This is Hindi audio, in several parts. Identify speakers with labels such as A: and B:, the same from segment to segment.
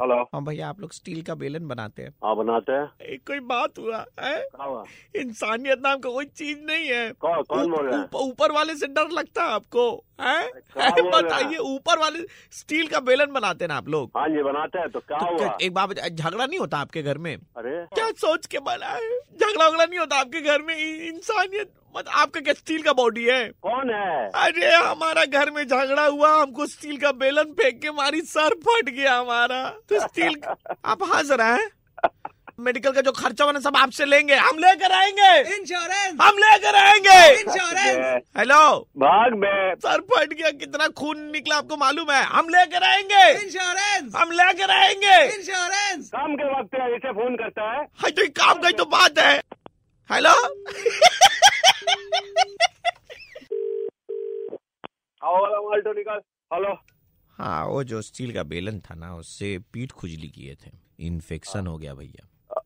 A: हेलो
B: हाँ भैया आप लोग स्टील का बेलन बनाते हैं
A: हाँ बनाते हैं
B: एक कोई बात हुआ है
A: क्या हुआ
B: इंसानियत नाम का कोई चीज नहीं है
A: कौन कौन बोल रहा है
B: ऊप- ऊपर वाले से डर लगता है आपको हैं?
A: क्या बोल रहे
B: बताइए
A: हैं?
B: ऊपर वाले स्टील का बेलन बनाते हैं ना आप लोग
A: हाँ जी बनाते हैं तो क्या
B: तो
A: हुआ
B: क्या- एक बात बता- झगड़ा नहीं होता आपके घर में
A: अरे
B: क्या सोच के बना है झगड़ा वगड़ा नहीं होता आपके घर में इ- इंसानियत मत आपका क्या स्टील का बॉडी है
A: कौन है
B: अरे हमारा घर में झगड़ा हुआ हमको स्टील का बेलन फेंक के मारी सर फट गया हमारा तो स्टील आप हंस रहे हैं मेडिकल का जो खर्चा बना सब आपसे लेंगे हम लेकर आएंगे
C: इंश्योरेंस
B: हम लेकर आएंगे
C: इंश्योरेंस
B: हेलो
A: भाग में
B: सर फट गया कितना खून निकला आपको मालूम है हम लेकर आएंगे
C: इंश्योरेंस
B: हम लेकर आएंगे
C: इंश्योरेंस
A: काम के वक्त है इसे फोन करता है
B: हाँ तो ये काम का ही तो बात है हेलो
A: आओ वाला ऑल्टो निकाल हेलो
B: हाँ वो जो स्टील का बेलन था ना उससे पीठ खुजली किए थे इन्फेक्शन हो गया भैया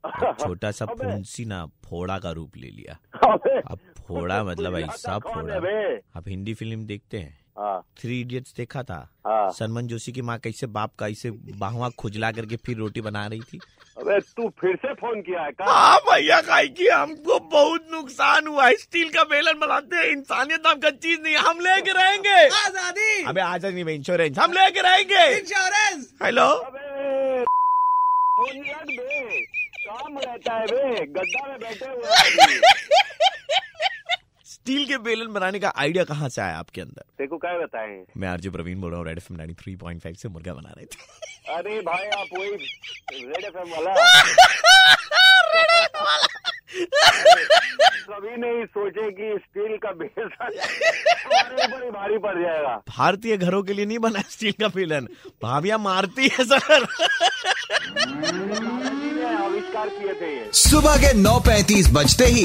B: और छोटा सा
A: अबे।
B: फुंसी ना फोड़ा का रूप ले लिया
A: अबे,
B: अब फोड़ा मतलब
A: कुछ
B: ऐसा
A: कौन है
B: फोड़ा
A: बे?
B: आप हिंदी फिल्म देखते हैं
A: हाँ
B: थ्री इडियट्स देखा था
A: हाँ
B: सलमान जोशी की माँ कैसे बाप का ऐसे बाहुआ खुजला करके फिर रोटी बना रही थी
A: अबे तू फिर से फोन किया है क्या
B: हाँ भैया खाई की हमको बहुत नुकसान हुआ है स्टील का बेलन बनाते हैं इंसानियत नाम का चीज नहीं हम लेके रहेंगे
C: आजादी
B: अबे आज नहीं मैं इंश्योरेंस हम लेके रहेंगे
C: इंश्योरेंस
B: हेलो
A: अबे फोन लग बे काम रहता है बे गद्दा में बैठे हुए हैं अभी।
B: स्टील के बेलन बनाने का आइडिया कहाँ से आया आपके अंदर
A: तेरे को क्या बताएं
B: मैं आरजे प्रवीण बोल रहा हूँ red F nine three point five से मुर्गा बना रहे थे
A: अरे भाई आप वही रेड एफ वाला कभी नहीं सोचे कि स्टील का बेसन हमारे ऊपर ही भारी पड़ जाएगा
B: भारतीय घरों के लिए नहीं बना स्टील का बेलन भाभिया मारती है सर
A: जी ने आविष्कार किए थे ये
D: सुबह के 9:35 बजते ही